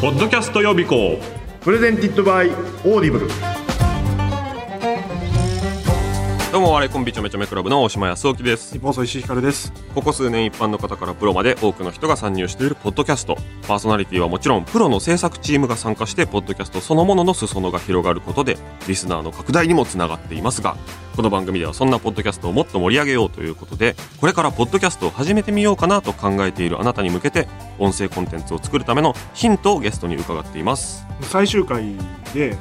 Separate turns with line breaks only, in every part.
ポッドキャスト予備校
プレゼンティッドバイオーディブル
どうも、ワレコンビちょめちょめクラブの大島康之です。
日本総石井ひかるです。
ここ数年一般の方からプロまで多くの人が参入しているポッドキャスト。パーソナリティはもちろん、プロの制作チームが参加して、ポッドキャストそのものの裾野が広がることで、リスナーの拡大にもつながっていますが、この番組ではそんなポッドキャストをもっと盛り上げようということで、これからポッドキャストを始めてみようかなと考えているあなたに向けて、音声コンテンツを作るためのヒントをゲストに伺っています。
最終回で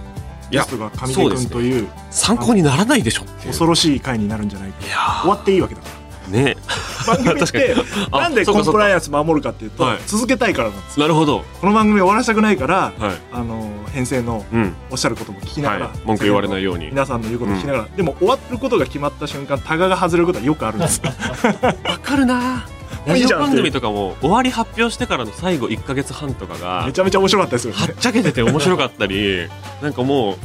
い
ゲ
や
ストが上
そう
出
ですね
君という
参考にならないでしょっていう
恐ろしい回になるんじゃないか。
い
終
や
わっていいわけだから。
ーね
番組って
あ
なんで
そう
コ
か
ン
そうか
プライアンス守るかっていうと
はい
続けたいから なんです。
なるほど。
この番組終わらせたくないから
はい。
あの編成の
うん。
おっしゃることも聞きながら
はい。文句言われないように。
皆さんの言うことを聞きながら、でも終わることが決まった瞬間タガが外れることはよくある んです
わかるな
も
ラ
う
ジオ
いいじゃん
番組とかも終わり発表してからの最後1か月半とかが
めちゃめちゃ面白かったですよね
はっちゃけてて面白かったりなんかもう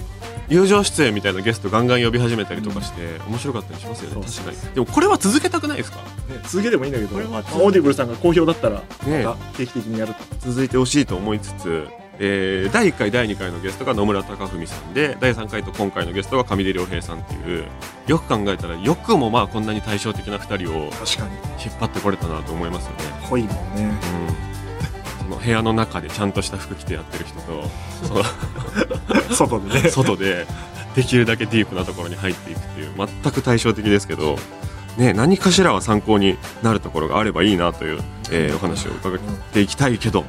友情出演みたいなゲストガンガン呼び始めたりとかして面白かったりしますよね
そ
確
う
か
そう
にでもこれは続けたくないですか
ね続けてもいいんだけど、
これは
まあオーディブルさんが好評だったら
ね
また定期的にやると
続いてほしいと思いつつ、えー第1回第2回のゲストが野村貴文さんで第3回と今回のゲストが上出良平さんっていうよく考えたらよくもまあこんなに対照的な2人を
確かに
引っ張ってこれたなと思いますよね
濃いもんね
うんその部屋の中でちゃんとした服着てやってる人とその
外で ね
外でできるだけディープなところに入っていくっていう全く対照的ですけど、ね、何かしらは参考になるところがあればいいなという、えーお話を伺っていきたいけど、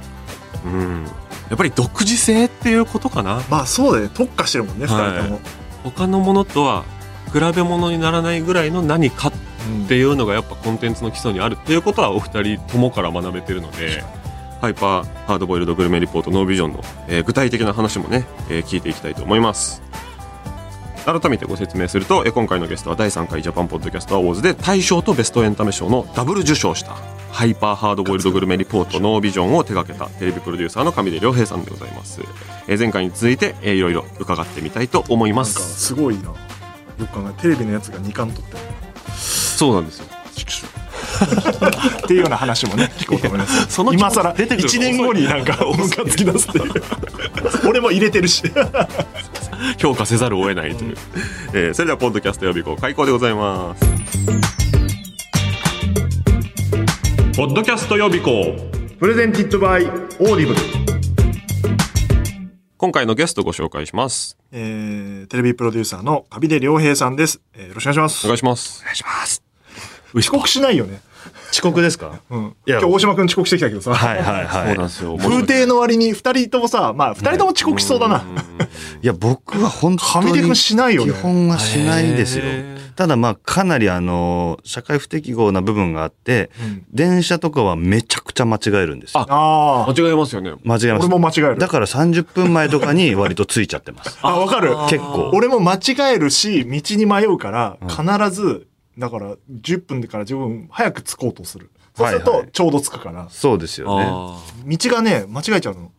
うん、やっぱり独自性っていうことかな
まあそうだね特化してるもんね、
はい
二人とも、
他のものとは比べ物にならないぐらいの何かっ
うん
っていうのがやっぱコンテンツの基礎にあるっていうことはお二人ともから学べてるのでハイパーハードボイルドグルメリポートノービジョンの、えー具体的な話もね、えー聞いていきたいと思います改めてご説明すると、えー今回のゲストは第3回ジャパンポッドキャストアワーズで大賞とベストエンタメ賞のダブル受賞したハイパーハードボイルドグルメリポートノービジョンを手掛けたテレビプロデューサーの上出良平さんでございます、えー前回に続いて、えーいろいろ伺ってみたいと思い
な
ま
んか
す
すごいなよく考えテレビのやつが2巻取ってる
そうなんですよ
っていうような話もね聞こうと思います
その気持ち
今更
出てくる
1年後になんかおムカつき出すっていう俺も入れてるし
評価せざるを得ないという、えーそれではポッドキャスト予備校開講でございますポッドキャスト予備校
プレゼンティッドバイオーディブル
今回のゲストご紹介します
えーテレビプロデューサーの上出良平さんです、えーよろしくお願いします
お願いします
お願いします
遅
遅刻しないよね、
遅刻ですか
うん、
い
今
や
日大島君遅刻してきたけどさ、
はいはい
そう
は
ないん。ですよ
風亭の割に2人ともさまあ2人とも遅刻しそうだな、
いや、僕は本当
はみ出く
に。
しないよね
基本はしないですよ
へー。
ただまあ、かなりあの、社会不適合な部分があって、電車とかはめちゃくちゃ間違えるんですよ。
ああ
間違えますよね
間違えま
俺
す。
も間違える。
だから30分前とかに割とついちゃって ます
あわかる
結構。
俺も間違えるし、道に迷うから、必ず、だから、10分から15分早く着こうとする。そうする
はい
と
は、い
ちょうど着くから、
そうですよね。
あー
道がね、間違えちゃうの。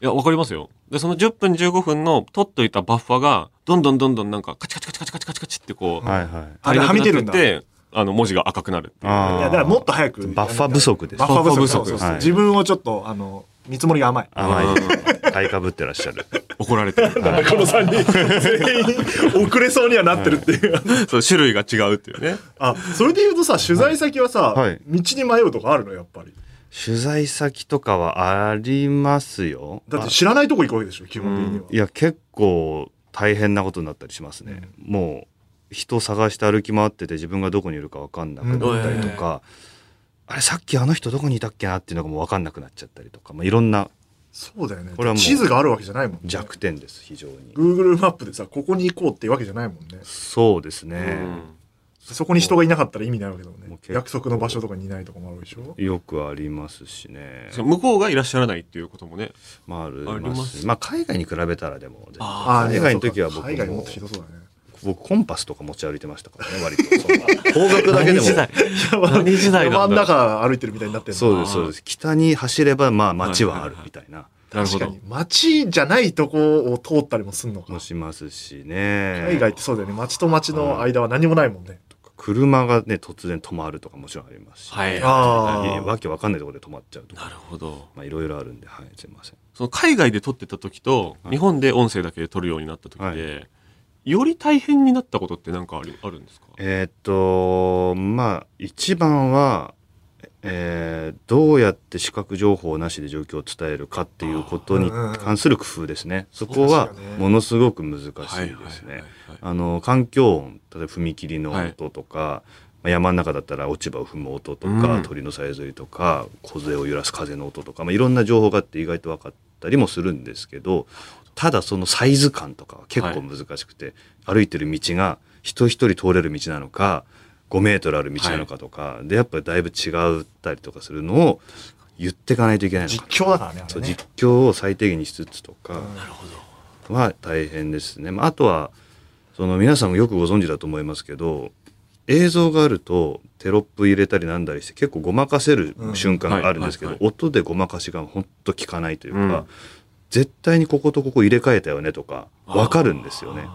いやわかりますよでその10分15分の取っといたバッファがどんどんどんどんなんかカチカチカチカチカチカチカチってこう、
はいはい。
あれ、はみ出るんだ。
足
い
りな
や、
くなってあの文字が赤くなるっていう
あー
だからもっと早く。
バッファ不足です
バッファ不
バ
足。
ッファ不足
そうそうそう
はい
自分をちょっと、あの、見積もりが甘い。
甘い
うん。
買いかぶってらっしゃる。
怒られてる
この3人、全員、遅れそうにはなってるっていう。
そう種類が違うっていうね
あ、それで言うとさ、取材先はさ、
はい
道に迷うとかあるの、やっぱり。
取材先とかはありますよ。
だって知らないとこ行くわけでしょ、基本的には。
いや結構大変なことになったりしますね、もう人探して歩き回ってて自分がどこにいるか分かんなくなったりとか、あれさっきあの人どこにいたっけなっていうのがもう分かんなくなっちゃったりとか、まあ、いろんな
そうだよね
これは。もう
地図があるわけじゃないもんね。
弱点です非常に
Google マップでさここに行こうっていうわけじゃないもんね
そうです
う
ね、
ん
そこに人がいなかったら意味ないわけだもん
もう
ね
結構
約束の場所とかにいないとかもあるでしょ
よくありますしね
そう向こうがいらっしゃらないっていうこともね。
まああり
あり
ま
ますす
まあ海外に比べたらでも全然
あ
ー
海外の時は
そう
僕
か海外もっ
も
とひどそうだね
僕コンパスとか持ち歩いてましたからね割とそんな方角だけでも
何時代
山
なん
の
だ
中歩いてるみたいになってる
そうですそうです北に走ればまあ街はあるみたいな、
なるほ
確か
ど
に。街じゃないとこを通ったりもすんのか
もしますしね
海外ってそうだよね街と街の間は何もないもんね
車がね突然止まるとかもちろんありますし、
はい。な
あ
いや
あ
わけわかんないところで止まっちゃうとか
るほど。
まあいろいろあるんではいすいません
その海外で撮ってた時と、
はい
日本で音声だけで撮るようになった時
は
で、より大変になったことってなんかあるあるんですか
えーっとまあ一番は、えーどうやって視覚情報なしで状況を伝えるかっていうことに
あーうんうん
関する工夫ですねそ
そう
こ
ですよ
は
ね
ものすごく難しい
はい
です
はい
ね
はい。
あの環境音例えば踏切の音とか、まあ山の中だったら落ち葉を踏む音とか、
うん
鳥のさえずりとか小杖を揺らす風の音とか、まあ、いろんな情報があって意外と分かったりもするんですけどただそのサイズ感とかは結構難しくて、歩いてる道が人一人通れる道なのか5メートルある道なのかとか、でやっぱりだいぶ違ったりとかするのを言っていかないといけないのかな
実況だからねあ
そ
れ
う
ね
実況を最低限にしつつとか
んな
は大変ですね、まあ、あとはその皆さんもよくご存知だと思いますけど映像があるとテロップ入れたりなんだりして結構ごまかせる
うん
瞬間があるんですけど、
はいは
音でごまかしがほんと効かないというか、
うん
絶対にこことここ入れ替えたよねとか分かるんですよね。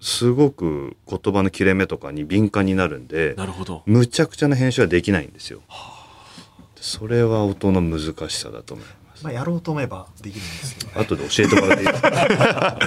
すごく言葉の切れ目とかに敏感になるんで
なるほど。
むちゃくちゃな編集はできないんですよ。それは音の難しさだと思います。
まあやろうと思えばできるんですけ
後で教えてもらっていい ですか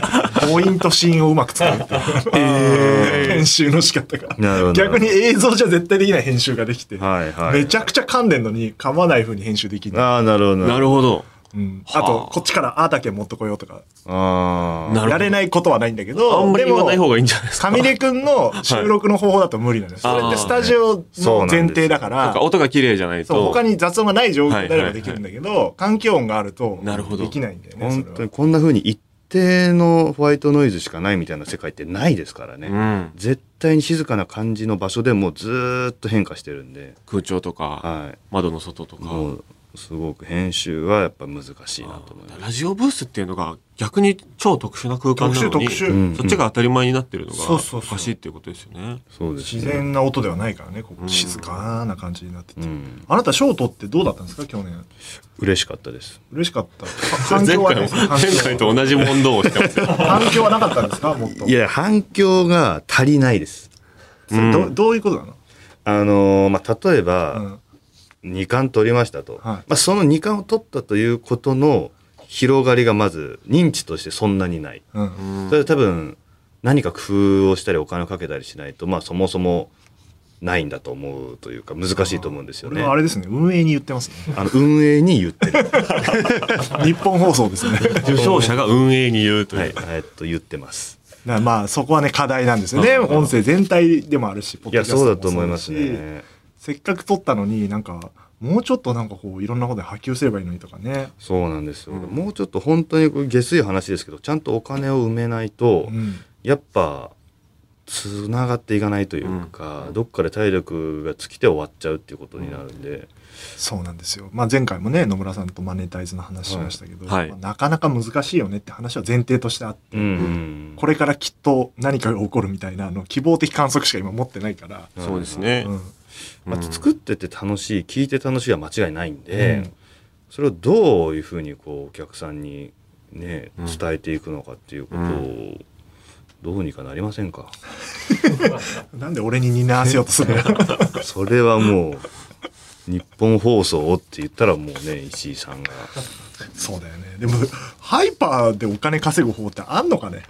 どポイントシーンをうまく使うっていう 編集の仕方が
なるほど
逆に映像じゃ絶対できない編集ができて、
はいはい
めちゃくちゃ噛んでんのに噛まない風に編集できる、
ああ、なるほど。
なるほど。
うん
はあ
あとこっちから「あ」だけ持ってこようとか
あ
な
あ。
るほど
やれないことはないんだけど
あんまり言わない方
でも
がいいんじゃないですか。
カミレ君の収録の方法だと無理なのよ、それってスタジオの前提だから、
なんか音が綺麗じゃない
そう
と
他。に雑音がない状況であればできるんだけど、環境音があると
なるほど
できないんだよね
本当にこんな風に一定のホワイトノイズしかないみたいな世界ってないですからね。
うん。
絶対に静かな感じの場所でもうずーっと変化してるんで、
空調とか、
は
窓の外と
い。
か。
もう、すごく編集はやっぱ難しいなと思います。
ラジオブースっていうのが逆に超特殊な空間なのに
特殊特殊
うん
そっちが当たり前になってるのが
そ
お
うそうそう
かしいっていうことですよね。
そうです
自
ね。
然な音ではないからねこう静かな感じになってて、
うん。
あなた賞取ってどうだったんですか去年
嬉しかったです。
嬉しかった環
前回
境
も
はね環
前回
境
と同じ問答をして ますよ。
環境はなかったんですかもっと
いや、反響が足りないです。
それどどういうことなの、
あのーまあ、例えば、
うん
2冠取りましたと、
はい
まあ、その2冠を取ったということの広がりがまず認知としてそんなにない、
うん
それは多分何か工夫をしたりお金をかけたりしないと、まあ、そもそもないんだと思うというか難しいと思うんですよ
これ
ね
はあれですね運営に言ってますね
あの運営に言ってる、
日本放送ですねだか
受賞者が運営に言うと。
はいいうえっと、言ってます
らまあそこはね課題なんですよね音声全体でもあるしポッ
いや
ドキャスト
そう
も
だと思います
そうだし
ね
せっかく撮ったのになんかもうちょっとなんかこういろんなことで波及すればいいのにとかね、
そうなんですよ、もうちょっと本当にこれ下水話ですけどちゃんとお金を埋めないと、
うん、
やっぱつながっていかないというか、どっかで体力が尽きて終わっちゃうっていうことになるんで、
そうなんですよ、まあ、前回もね野村さんとマネタイズの話しましたけど、
はい
まあなかなか難しいよねって話は前提としてあって、
うん
これからきっと何かが起こるみたいなあの希望的観測しか今持ってないから、
そうですね
う。ん
まあ、作ってて楽しい聞いて楽しいは間違いないんで、それをどういうふうにこうお客さんにね伝えていくのかっていうことを、どうにかなりませんか
なんで俺に担わせようとするのよ
それはもう日本放送をって言ったらもうね石井さんが
そうだよねでもハイパーでお金稼ぐ方法ってあんのかね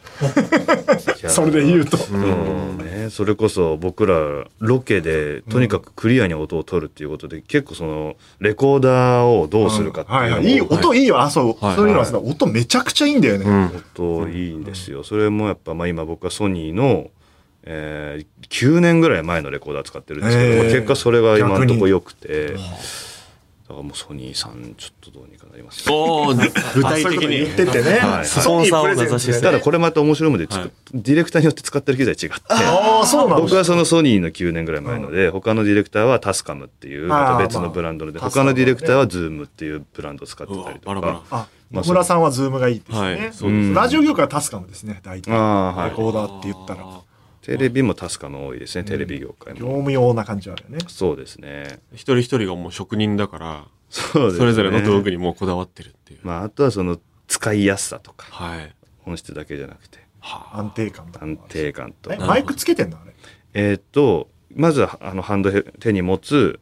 いや
それで言うと、
そうね、それこそ僕らロケでとにかくクリアに音を取るっていうことで、結構そのレコーダーをどうするかっていう
は
の
い
も
はい、いい音いいよあそう、
はい
そういうのはさ音めちゃくちゃいいんだよね、
音いいんですよそれもやっぱ、まあ、今僕はソニーの、えー9年ぐらい前のレコーダー使ってるんですけど、
えー
まあ結果それが今のとこ
逆に
良くてだからもうソニーさんちょっとどうにかなりますね
おお、具体的に。
言っててね、
はい
スポンサーを目指して
ソニープレゼンツでね
ただこれまた面白いので、つく
はい
ディレクターによって使ってる機材違って
ああそうなん
僕
だ
はそのソニーの9年ぐらい前ので、他のディレクターはタスカムっていうまた別のブランドので、
あーまあ
他のディレクターはズームっていうブランドを使って
う
た
わ
りと
バ
か。
ラバラ。
あ
ま
野
あ
村さんはズームがいいですね、
はいそう
です
ラジオ業界はタスカムですね大体
あーはい
レコーダーって言ったら業
テレビもタスカム多いですね、テレビ業界も。
務用な感じはあるよね
そうですね。
一人一人がもう職人だから、
そうですね。
それぞれの道具にもうこだわってるっていう。
まあ、あとはその使いやすさとか、
はい。
本質だけじゃなくて、
はあ
安定感とか
安定感と
え。マイクつけてんのあれ
えーっとまずはあのハンドヘ手に持つ、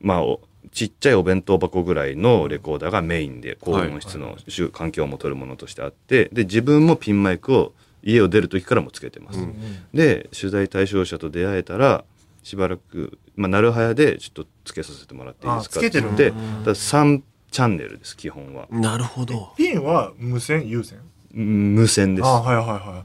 まあ、おちっちゃいお弁当箱ぐらいのレコーダーがメインで高音質のしゅ環境も取るものとしてあってで自分もピンマイクを家を出る時からもつけてます。で取材対象者と出会えたらしばらく、まあ、なるはやでちょっとつけさせてもらっていいですか
あつけて
っ
るんだ
て3チャンネルです基本は
なるほど。
ピンは無線有線
うん無線です
あ
あ
はいはいはい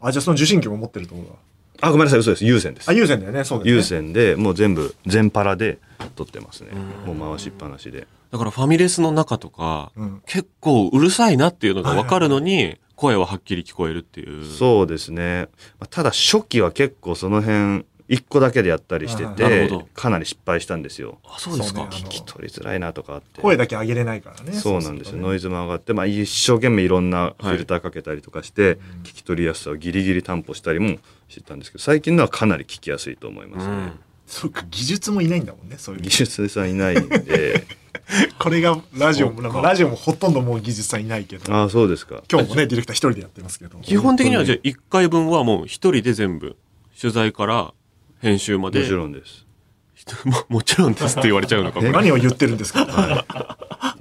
あじゃあその受信機も持ってるってことだ
ごめんなさい嘘です有線です
あ有線だよねそうだよね
有線でもう全部全パラで撮ってますねもう回しっぱなしで
だからファミレスの中とか、
うん
結構うるさいなっていうのがわかるのに、声ははっきり聞こえるっていう。
そうですねまあただ初期は結構その辺一個だけでやったりして
あー
なる
て
ほど
かなり失敗したんですよ
あ、そうですか。
そうねあ
聞
の
き取りづらいなとかあって
声だけ上げれないからね
そうなんですよ、ノ
イ
イズも上がって、まあ、一生懸命いろんなフィルターかけたりとかして、聞き取りやすさをギリギリ担保したりもしてたんですけど最近のはかなり聞きやすいと思いま
う
すね、
ん。
そうか技術もいないんだもんねそういう
技術さんいないんで
これがラジオも
そうか
ラジオもほとんどもう技術さんいないけど
ああそうですか
今日もねディレクター一人でやってますけど
基本的にはじゃあ1回分はもう一人で全部、取材から編集まで。
もちろんです
も もちろんですって言われちゃうのか、これ。
何を言ってるんですか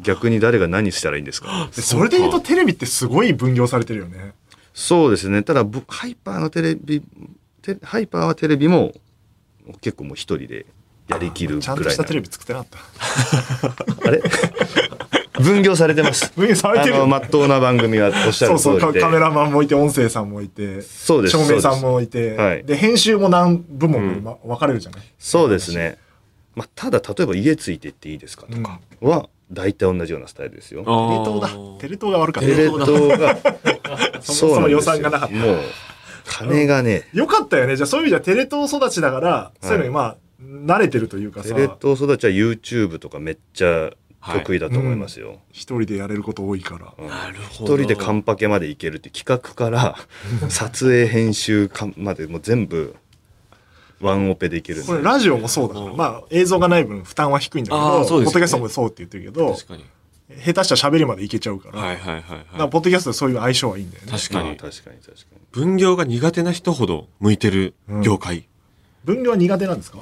逆に誰が何したらいいんですか
でそれで言うとテレビってすごい分業されてるよね
そうですねただぶハイパーのテレビテハイパーはテレビも結構もう一人でやりきるぐ
ちゃ
ら
ん
いな
としたテレビ作ってなかった
あれ分業されてます
分業されてる
あのまっとうな番組はおっ
そ
しゃ
う
る通
そう
りで
カカメラマンもいて音声さんもいて
そうです
照明さんもいてで,、
はい
編集も何部門も、ま分かれるじゃない
そうですね。まあ、ただ例えば家ついてっていいですかとかは大体同じようなスタイルですよ。
あ
テレ
ー
東だテレ東が悪かっ
テレ
た
東が
そもそも予算がなかった
もう金がね、
よかったよねじゃあそういう意味ではテレ東育ちだから、そういうのにまあ慣れてるというか
テ
さ
レ東育ちは YouTube とかめっちゃ得意だと思いますよ。
一人でやれること多いから
うん
なるほ
一
ど。
人でカンパケまで行けるって企画から 撮影編集かまでもう全部ワンオペでいけるんで
これラジオもそうだから、まあ映像がない分負担は低いんだけど、
あーそうですね
ポッドキャストもそうって言ってるけど
確かに。
下手したら喋りまでいけちゃうから,、
はいはいはい
だか
は
ら
い。
ポッドキャストでそういう相性はいいんだよね
確
あ
か
ー
に。
確かに確かに。
分業が苦手な人ほど向いてる業界。
分業は苦手なんですか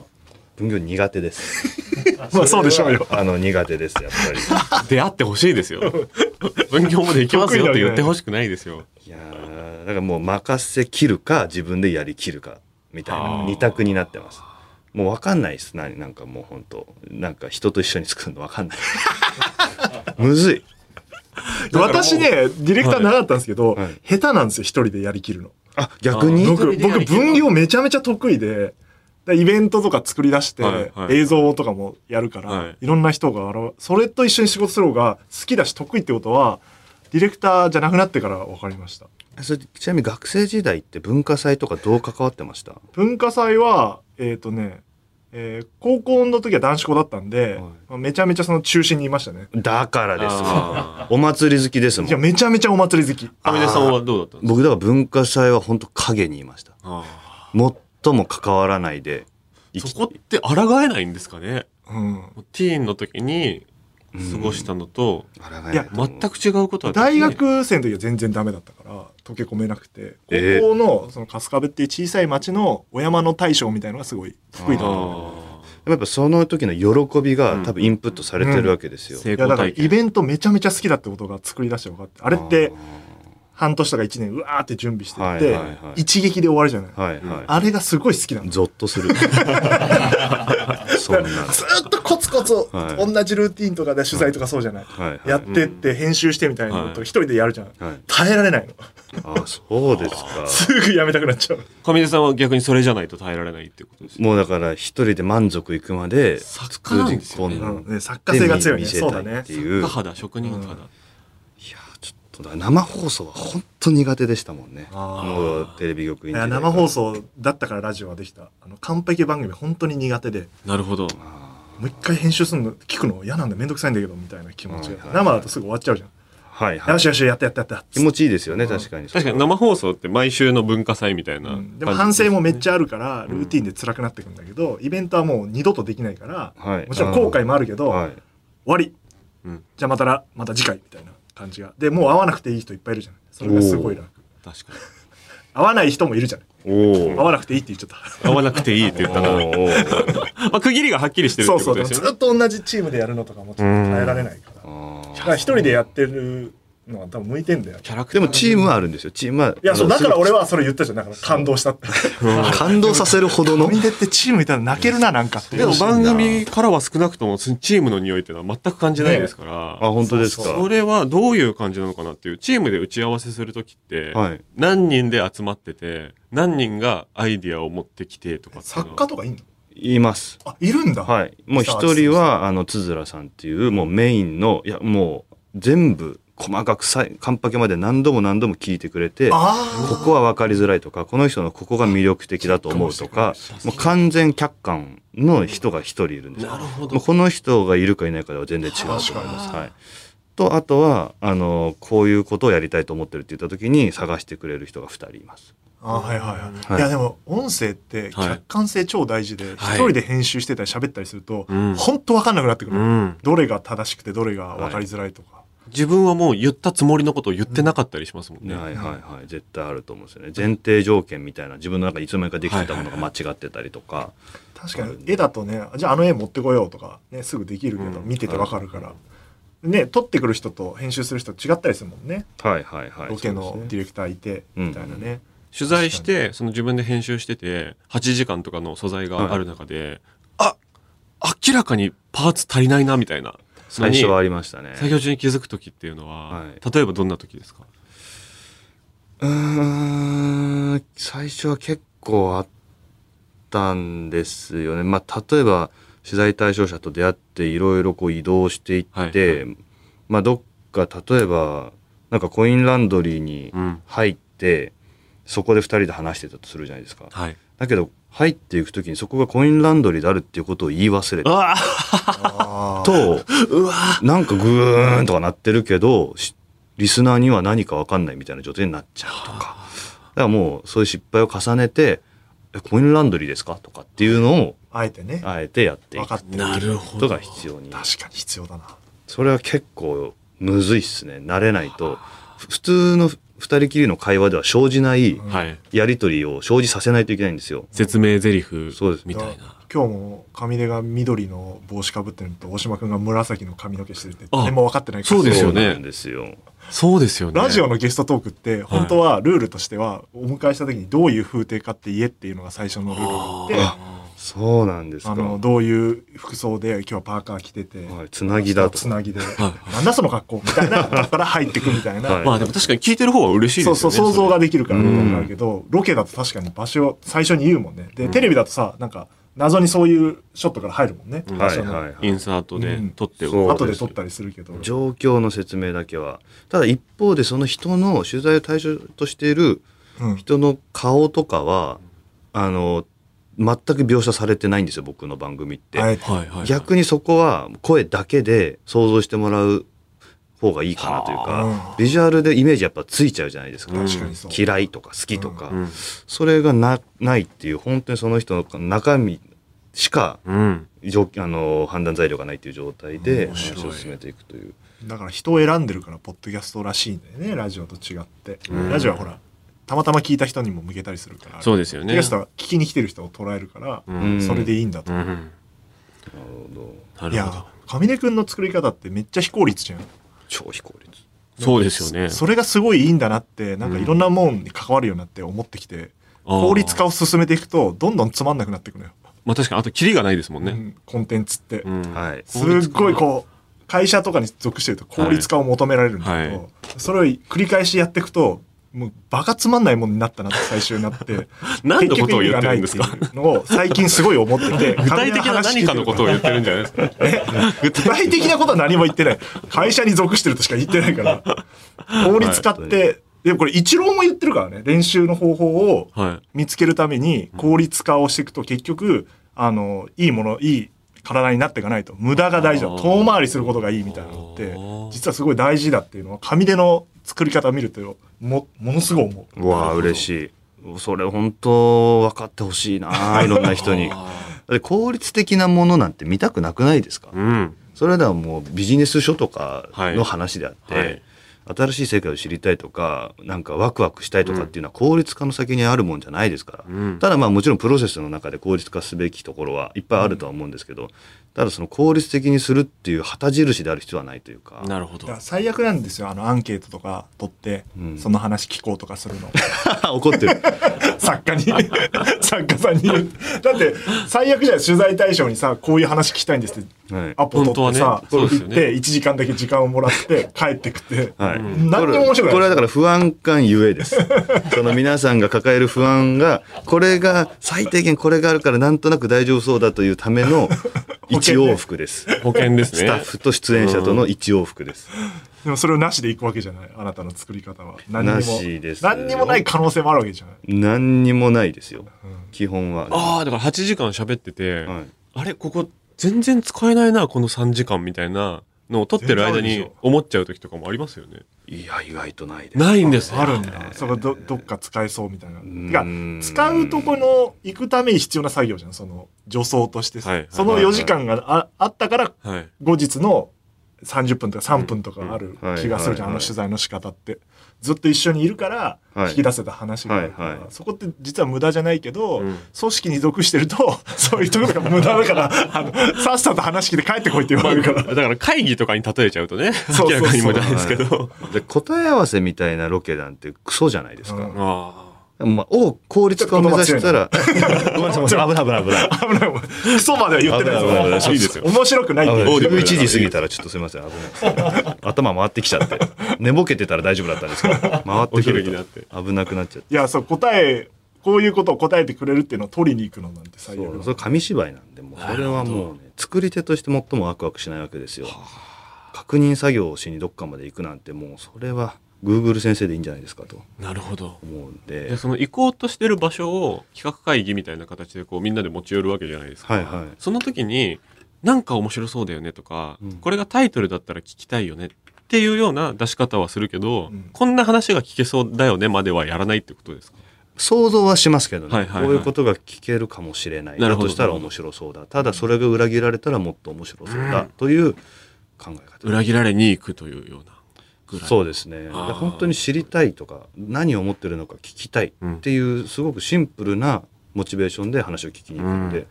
分業苦手です。
まあそうでしょうよ
あの苦手ですやっぱり。
出会ってほしいですよ。 分業もできますよって言ってほしくないですよ。
いやーだからもう任せきるか自分でやりきるかみたい
あ
な
ー
二択になってますもう分かんないっすななんかもう本当なんか人と一緒に作るの分 かんないむずい
からもう
私ねディレクターなかったんですけど、
はいはい
下手なんですよ一人でやりきるの
あ逆に
あー
僕
一人でや
僕
りきるの
分業めちゃめちゃ得意でだイベントとか作り出して、
はいはい
映像とかもやるから、
はい
い、ろんな人が現それと一緒に仕事する方が好きだし得意ってことはディレクターじゃなくなってから分かりました
それちなみに学生時代って文化祭とかどう関わってました
文化祭はえっ、とね、えー高校の時は男子校だったんで、
はい
まあめちゃめちゃその中心にいましたね
だから です
あ
わお祭り好きですも
いや
ん
めちゃめちゃお祭り好き
アミネさんはどうだったんですか
僕だから文化祭は本当影にいました
あ
最も関わらないで
ー
生き
そこって抗えないんですかね
うん
もうティーンの時に過ごしたのと、
抗えない
や
と思う
全く違うことはできない
大学生の時は全然ダメだったから溶け込めなくて
えー
高校のその春日部っていう小さい町のお山の大将みたいのがすごい得意だったの
あ
やっぱその時の喜び
う
が
ん
多分インプットされてるわけで
ー
すよ。
成
いや
功
だから
体験
イベントめちゃめちゃ好きだってことが作り出して分かってあれって半年とか1年うわーって準備していって、
はいはいはい
一撃で終わるじゃない、
はいは
あれがすごい好きなん
い。
だ
ゾッとする。そんな。
ずーっとコツコツ
はい
同じルーティンとかで取材とかそうじゃない、
はいはい
やってって編集してみたいなことを一人でやるじゃん、
はい
耐えられないの
あ、そうですか。
すぐやめたくなっちゃう
上出さんは逆にそれじゃないと耐えられないってことですね
もうだから一人で満足いくまで
作家なんですよね
作り込んで
うんね作家性が強いね
見せたっていう。い
作
や
家、肌職人肌、
ちょっとだ生放送は本当苦手でしたもんね。
あー
もうテレビ局
い
員時
や
代から
生放。送だったからラジオはできたあの完璧番組本当に苦手で
なるほど
もう一回編集するの聞くの嫌なんだめんどくさいんだけどみたいな気持ちが、
はいはい
生だとすぐ終わっちゃうじゃん、
はいは
よ
い
し。よしやったやったやった
気持ちいいですよね、確かに。
確かに生放送って毎週の文化祭みたいな
う
感じ
んでも反省もめっち
ゃ
ゃあるからルーティンで辛くなってくんだけど、イベントはもう二度とできないから、
はい
もちろん後悔もあるけど、
は
終
い。
わり、
うん
じゃあまたらまた次回みたいな感じがでもう会わなくていい人いっぱいいるじゃないそれがすごい楽
確か
合わない人もいるじゃない。
お
合
お。
わなくていいって言っちゃった。
合わなくていいって言った から、ま
おー
あ、区切りがはっきりしてるっ
そう
て
そ
こと
う。で
で
も
す
ず
よ
っと同じチームでやるのとかもちょっと耐えられないから。だから一人でやってるのは多分向いてんだよ。
でもチームはあるんですよ。チームは。
いや、そう、
あの
だから俺はそれ言ったじゃん。だから感動したって。
感動させるほどの。
海出ってチームいたら泣けるな、なんかって
でも番組からは少なくともチームの匂いっていうのは全く感じないですから、
あ、本当ですか。
それはどういう感じなのかなっていう、チームで打ち合わせするときって、
はい
何人で集まってて、何人がアイディアを持ってきてとかっていうのは
作家とかいんの
言います。
あ、いるんだ。
はい。もう一人は、あの、つづらさんっていう、もうメインの、いや、もう、全部、細かくさい、カンパケまで何度も何度も聞いてくれて、こ
あ
こは分かりづらいとか、この人のここが魅力的だと思うとか、もう完全客観の人が一人いるんですよ。
なるほど
もうこの人がいるかいないかでは全然違うと思います。はい。と、あとは、あの、こういうことをやりたいと思ってるって言った時に探してくれる人が二人います。
あ。あはいはいは。
はいい
いや、でも、音声って客観性超大事で、一
はい
人で編集してたり喋ったりすると
うん、
本当わかんなくなってく
う
る。
ん、
どれが正しくて、どれがわかりづらいとか。
自分はもう言ったつもりのことを言ってなかったりしますもんね。
はいはいはい。絶対あると思うんですよね。前提条件みたいな、自分の中でいつの間にかできてたものが間違ってたりとか。
確かに絵だとねじゃああの絵持ってこようとか、ね、すぐできるけど
うん
見ててわかるから、ね撮ってくる人と編集する人違ったりするもんね
はいはいはい。
ロケのディレクターいて
うん
みたいなね、
取材して、その自分で編集してて、8時間とかの素材がある中で、あ明らかにパーツ足りないなみたいな。
最初はあ
に
りましたね。
作業中に気づくときっていうのは、
はい
例えばどんなときですか
うーん、最初は結構あったんですよね。まあ、例えば、取材対象者と出会っていろいろこう移動していって、
は
まあ、どっか、例えば、なんかコインランドリーに
うん。
入って、そこで二人で話してたとするじゃないですか。
はい。
だけど、入っていくときにそこがコインランドリーであるっていうことを言い忘れて、
あ
あー
と、なんかグーンとかなってるけど、しリスナーには何かわかんないみたいな状態になっちゃうとか。だからもう、そういう失敗を重ねて、えコインランドリーですかとかっていうのを、
あえてね
あえてやってい
分
く
か
こ
ってる
るほ
とが必要に。
確かに必要だな
それは結構、むずいっすね。慣れないと。ふ普通の二人きりの会話では生じない、
はい。
やりとりを生じさせないといけないんですよ。
説明台詞
そうです
みたい
だ
な。
今日も上出が緑の帽子かぶってるのと大島君が紫の髪の毛してるって
あ
誰も分かってないから
そうですよね
そうなんですよ。
そうですよね。
ラジオのゲストトークって本当はルールとしてはお迎えした時にどういう風景かって言えっていうのが最初のルールがあって
そうなんです
あ
か。
のどういう服装で今日はパーカー着てて、
はいつなぎだと
つなぎで、なんだその格好みたいなとこから入ってくみたいな、
はい
まあでも確かに聞いてる方は嬉しいです
そ
よ
う
ね。
そう想像ができるから
うん
みたいなのがあるけどロケだと確かに場所を最初に言うもんねで、テレビだとさなんか謎にそういうショットから入るもんね、
ん
最
はい
初の
はいはい。
インサートで
うん
撮って
そう
おく
後で撮ったりするけど
状況の説明だけはただ一方でその人の取材を対象としている
うん
人の顔とかは、あの全く描写されてないんですよ僕の番組って、
あえて
はいはいはい。
逆にそこは声だけで想像してもらう方がいいかなという
はあ
かビジュアルでイメージやっぱついちゃうじゃないですか、
うん
確かにそう
嫌いとか好きとか、
うん。
それがなないっていう本当にその人の中身しか
うん。
状あの判断材料がないっていう状態で
面白い
話を進めていくという。
だから人を選んでるからポッドキャストらしいんだよねラジオと違って、
うん
ラジオはほらたまたま聞いた人にも向けたりするから
そうですよ
ポッドキ
ね
ャス。トは聞きに来てる人を捉えるから、
ん
それでいいんだと
う。ん。
なるほど
ないるほど
や。上出君の作り方ってめっちゃ非効率じゃん
超非効率
そうですよね。
それがすごいいいんだなってなんかいろんなもんに関わるようになって思ってきて
あー
効率化を進めていくとどんどんつまんなくなってくのよ、
まあ確かに、あとキリがないですもん
う
ね。
んコンテンツって、
うん。
はい
すっごいこう会社とかに属してると効率化を求められるんだけど、
はい
それを繰り返しやっていくともうバカつまんないもんになったなって最終になって
何のことを言ってるんですか
結局意味がないっていうのを最近すごい思ってて
具体的な何かのことを言ってるんじゃないですか。
具体的なことは何も言ってない。会社に属してるとしか言ってない から。法律使って、でもこれ一郎も言ってるからね。練習の方法を
は
見つけるために効率化をしていくと結局、あの、いいもの、いい体になっていかないと。無駄が大事だ。
あー
遠回りすることがいいみたいなのって
あー、
実はすごい大事だっていうのは、紙での作り方を見ると、も、ものすごい思う。
うわあ嬉しいそれ本当分かってほし いなあいろんな人にだって効率的なものなんて見たくなくないですか
い。うん。
それではもうビジネス書とか
はい
の話であって、
はい
新しい世界を知りたいとかなんかワクワクしたいとかっていうのは効率化の先にあるもんじゃないですから、
うん
ただまあもちろんプロセスの中で効率化すべきところはいっぱいあるとは思うんですけど、ただその効率的にするっていう旗印である必要はないというか
なるほど
だから最悪なんですよあのアンケートとか取って、
うん
その話聞こうとかするの
怒ってる
作家に 作家さんに言うだって最悪じゃん取材対象にさこういう話聞きたいんですって
はい
アポ取っ
本
てさ、
当はねそうです
行
よ
っ
ね
て1時間だけ時間をもらって帰ってくって、
はい、
何にも面白くない
これはだから不安感ゆえです その皆さんが抱える不安がこれが最低限これがあるからなんとなく大丈夫そうだというため の一往復です、
保険です
スタッ
ね
フと出演者との一往復です、
でもそれをなしで行くわけじゃないあなたの作り方は何にも
なしですよ
何にもない可能性もあるわけじゃない
何にもないですよ基本は
ああだから8時間喋ってて、
はい
あれここ全然使えないなこの3時間みたいなのを撮ってる間
全然ある
に
でしょ
思っちゃう時とかもありますよね
いや意外とないです
ないんですね
あるんだそこどどっか使えそうみたいな
うん
てか使うとこの行くために必要な作業じゃんその助走としてさ、
はいはい
その4時間がああったから
はい
後日の30分とか3分とかある気がするじゃん、
うんはいはいはい
あの取材の仕方ってずっと一緒にいるから
はい
引き出せた話があるから、
はいはい
そこって実は無駄じゃないけど、
ん
組織に属してると そういうところが無駄だからあのさっさと話聞いて帰ってこいって言われるから
だから会議とかに例えちゃうとね
そうそうそう
明らかに無駄ですけど
で答え合わせみたいなロケなんてクソじゃないですか、
あ
まあ、を効率化を目指したら ごめんなさい危ない危ない危ない
危ないクソまでは言ってない
危ない危ない
危ないいいですよ
面白くないっていう
ディブ
11時過ぎたらちょっとすみません危ないです頭回ってきちゃって寝ぼけてたら大丈夫だったんですけど回ってく
お昼になって
ると危なくなっちゃって
いやそう答えこういうことを答えてくれるっていうのを取りに行くのなんて最悪
それ紙芝居なんでもうそれはもうね作り手として最もワクワクしないわけですよ確認作業をしにどっかまで行くなんてもうそれは Google 先生でいいんじゃないですかと
あなるほど
思うん
で
で
その行こうとしてる場所を企画会議みたいな形でこうみんなで持ち寄るわけじゃないですか、
はいはい
その時になんか面白そうだよねとか、
うん
これがタイトルだったら聞きたいよねっていうような出し方はするけど、
うん
こんな話が聞けそうだよねまではやらないってことですか
想像はしますけど
はい
ね
はいは
こ
いう
いうことが聞けるかもしれない
なる
だ
ほど
としたら面白そうだただそれが裏切られたらもっと面白そうだという考え方
裏切られに行くというようなぐらい
そうですね
あー
本当に知りたいとか何を思ってるのか聞きたいっていうすごくシンプルなモチベーションで話を聞きに行くので、
うん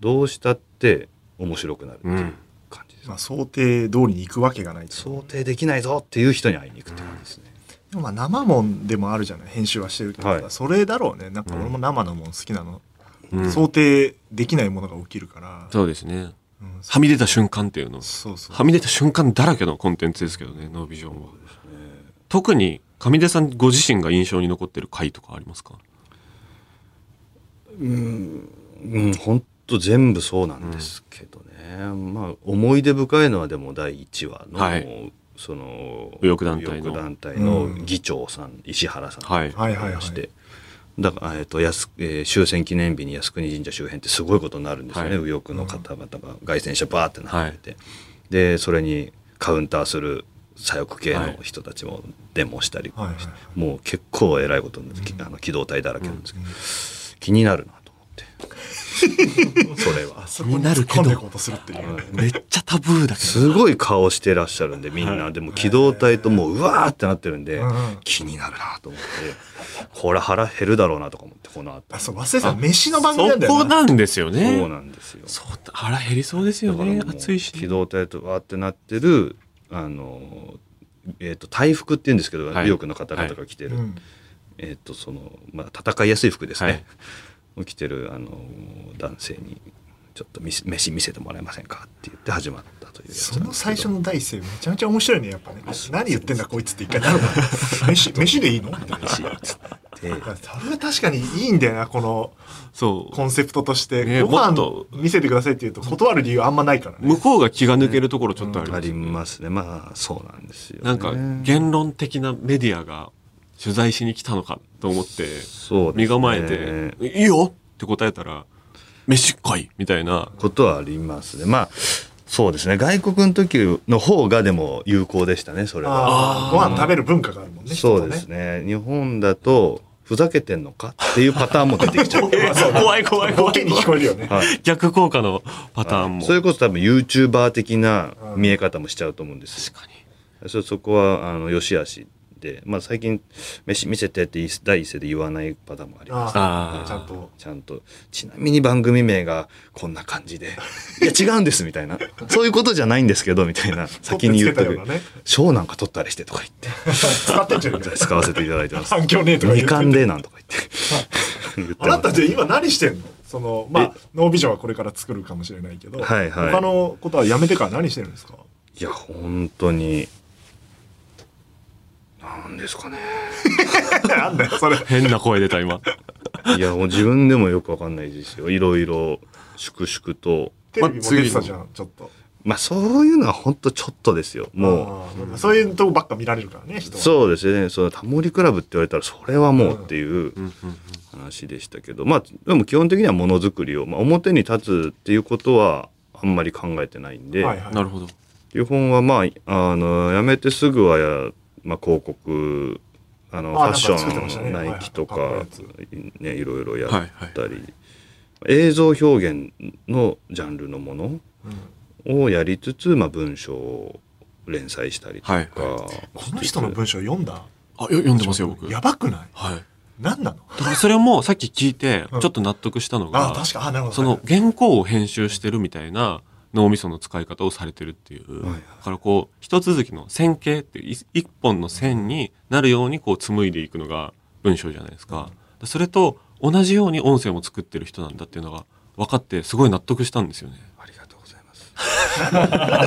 どうしたって面白くなるっていう
うん
感じです、
まあ、想定通りに行くわけがないと
想定できないぞっていう人に会いに行くって感じですね、
でもまあ生もんでもあるじゃない編集はしてるけど、
はい
それだろうねなんか俺も生のもん好きなの、
うん
想定できないものが起きるから、
そうですね
うん
はみ出た瞬間っていうの
そうそう
はみ出た瞬間だらけのコンテンツですけどねノービジョンは、特に上出さんご自身が印象に残ってる回とかありますか
うん本当全部そうなんですけどね、まあ思い出深いのはでも第1話の、
はい
その
右翼団体の
右翼団体の議長さん、石原さん
はい
はいはいはい
して、だから、えっとやすえー終戦記念日に靖国神社周辺ってすごいことになるんですよね、
はい
右翼の方々が凱旋者バーってなってて、でそれにカウンターする左翼系の人たちもデモしたり、
はいはいはい
もう結構えらいことになって、きあの機動隊だらけなんですけど、気になるなと思 ってそれは
あ。そこに突っ込んでいこうとするっていう
めっちゃタブーだけ
すごい顔してらっしゃるんでみんな、でも機動隊ともううわーってなってるんで、
うんうん
気になるなと思ってこれ腹減るだろうなとか思ってこの後
あそう忘れてた飯の番組なんだ
ど
よ
そこ
な
なんですよね
そうなんですよ
そう腹減りそうですよ
だからも
ね
う
暑いし
機動隊とわーってなってるあのえー、と大服っていうんですけど
い
右翼、の方々が着てる、
うん
えーとそのまあ、戦いやすい服です
はい
ね、を着てるあの男性に「ちょっと見せ飯見せてもらえませんか?」って言って始まったというやつ
そ
なん
の
ですけ
最
ど
初の第一声めちゃめちゃ面白いねやっぱね何言ってんだこいつって一回なる から飯飯でいいのみたいな
で
それは確かにいいんだよなこの
そう
コンセプトとして、
ね
ご
もっ
飯
と
見せてくださいって言うと断る理由あんまないからね
向こうが気が抜けるところちょっとあり
あ
ます
り
よね
ますねまあそうなんですよ、ね、
なんか言論的なメディアが取材しに来たのかと思って
そうですね
身構えて「いいよ!」って答えたら「飯来い!」みたいな
ことはありますねまあそうですね外国の時の方がでも有効でしたねそれは。
あーご飯食べる文化があるもんね
そうですね日本だとふざけてんのかっていうパターンも出てきちゃ う
怖い怖い
ボ
怖
ケに聞こえるよね
逆効果のパターンも
それこそ多分 YouTuber 的な見え方もしちゃうと思うんです、
確かに
そそこはあの良し悪しで、まあ、最近飯見せてって第一声で言わないパターンもあります
あ
あー
あちゃんと
ちゃんとちなみに番組名がこんな感じで「いや違うんです」み たいな「そういうことじゃないんですけど」みたいな先に言っと
取ってつけたよう
く
なね
「賞なんか取ったりして」とか言って
使ってんじゃんみたい
使わせていただいてます
反響ねえとか言
二
って
冠でなんとか言って言って
あ
ます
なたじゃあ今何してんのそのまあノービジョンはこれから作るかもしれないけど、
はいはい
他のことはやめてから何してるん ですか
いや本当になんですかね
なんだよ それ
変な声出た 今
いやもう自分でもよくわかんないですよいろいろ粛々と
テレビも出てたじゃんちょっと
まあそういうのは本当ちょっとですよも
あーそういうとこばっか見られるからね人
う
は
そうですねそのタモリクラブって言われたらそれはもうっていう話でしたけどまあでも基本的にはものづくりを、まあ、表に立つっていうことはあんまり考えてないんで、
はいはい
なるほど
基本はまああの辞めてすぐはや、まあ、広告あのフ
あ
ァッシ
なんか作ってました
ョ
ね
ン、ナイキとか、
はいはい
ね、いろいろやっ
はい
たり、映像表現のジャンルのものをやりつつ、まあ、文章を連載したりとか、
はい
この人の文章読んだ
あよ読んでますよ僕
やばくない
はい
何なの
だからそれもさっき聞いて
うん
ちょっと納得したの
あ
が、
ー確かあーなるほど
その原稿を編集してるみたいな脳みその使い方をされてるっていう、
はいはい
だからこう一続きの線形っていうい一本の線になるようにこう紡いでいくのが文章じゃないですか、それと同じように音声も作ってる人なんだっていうのが分かってすごい納得したんですよね
ありがとうございます。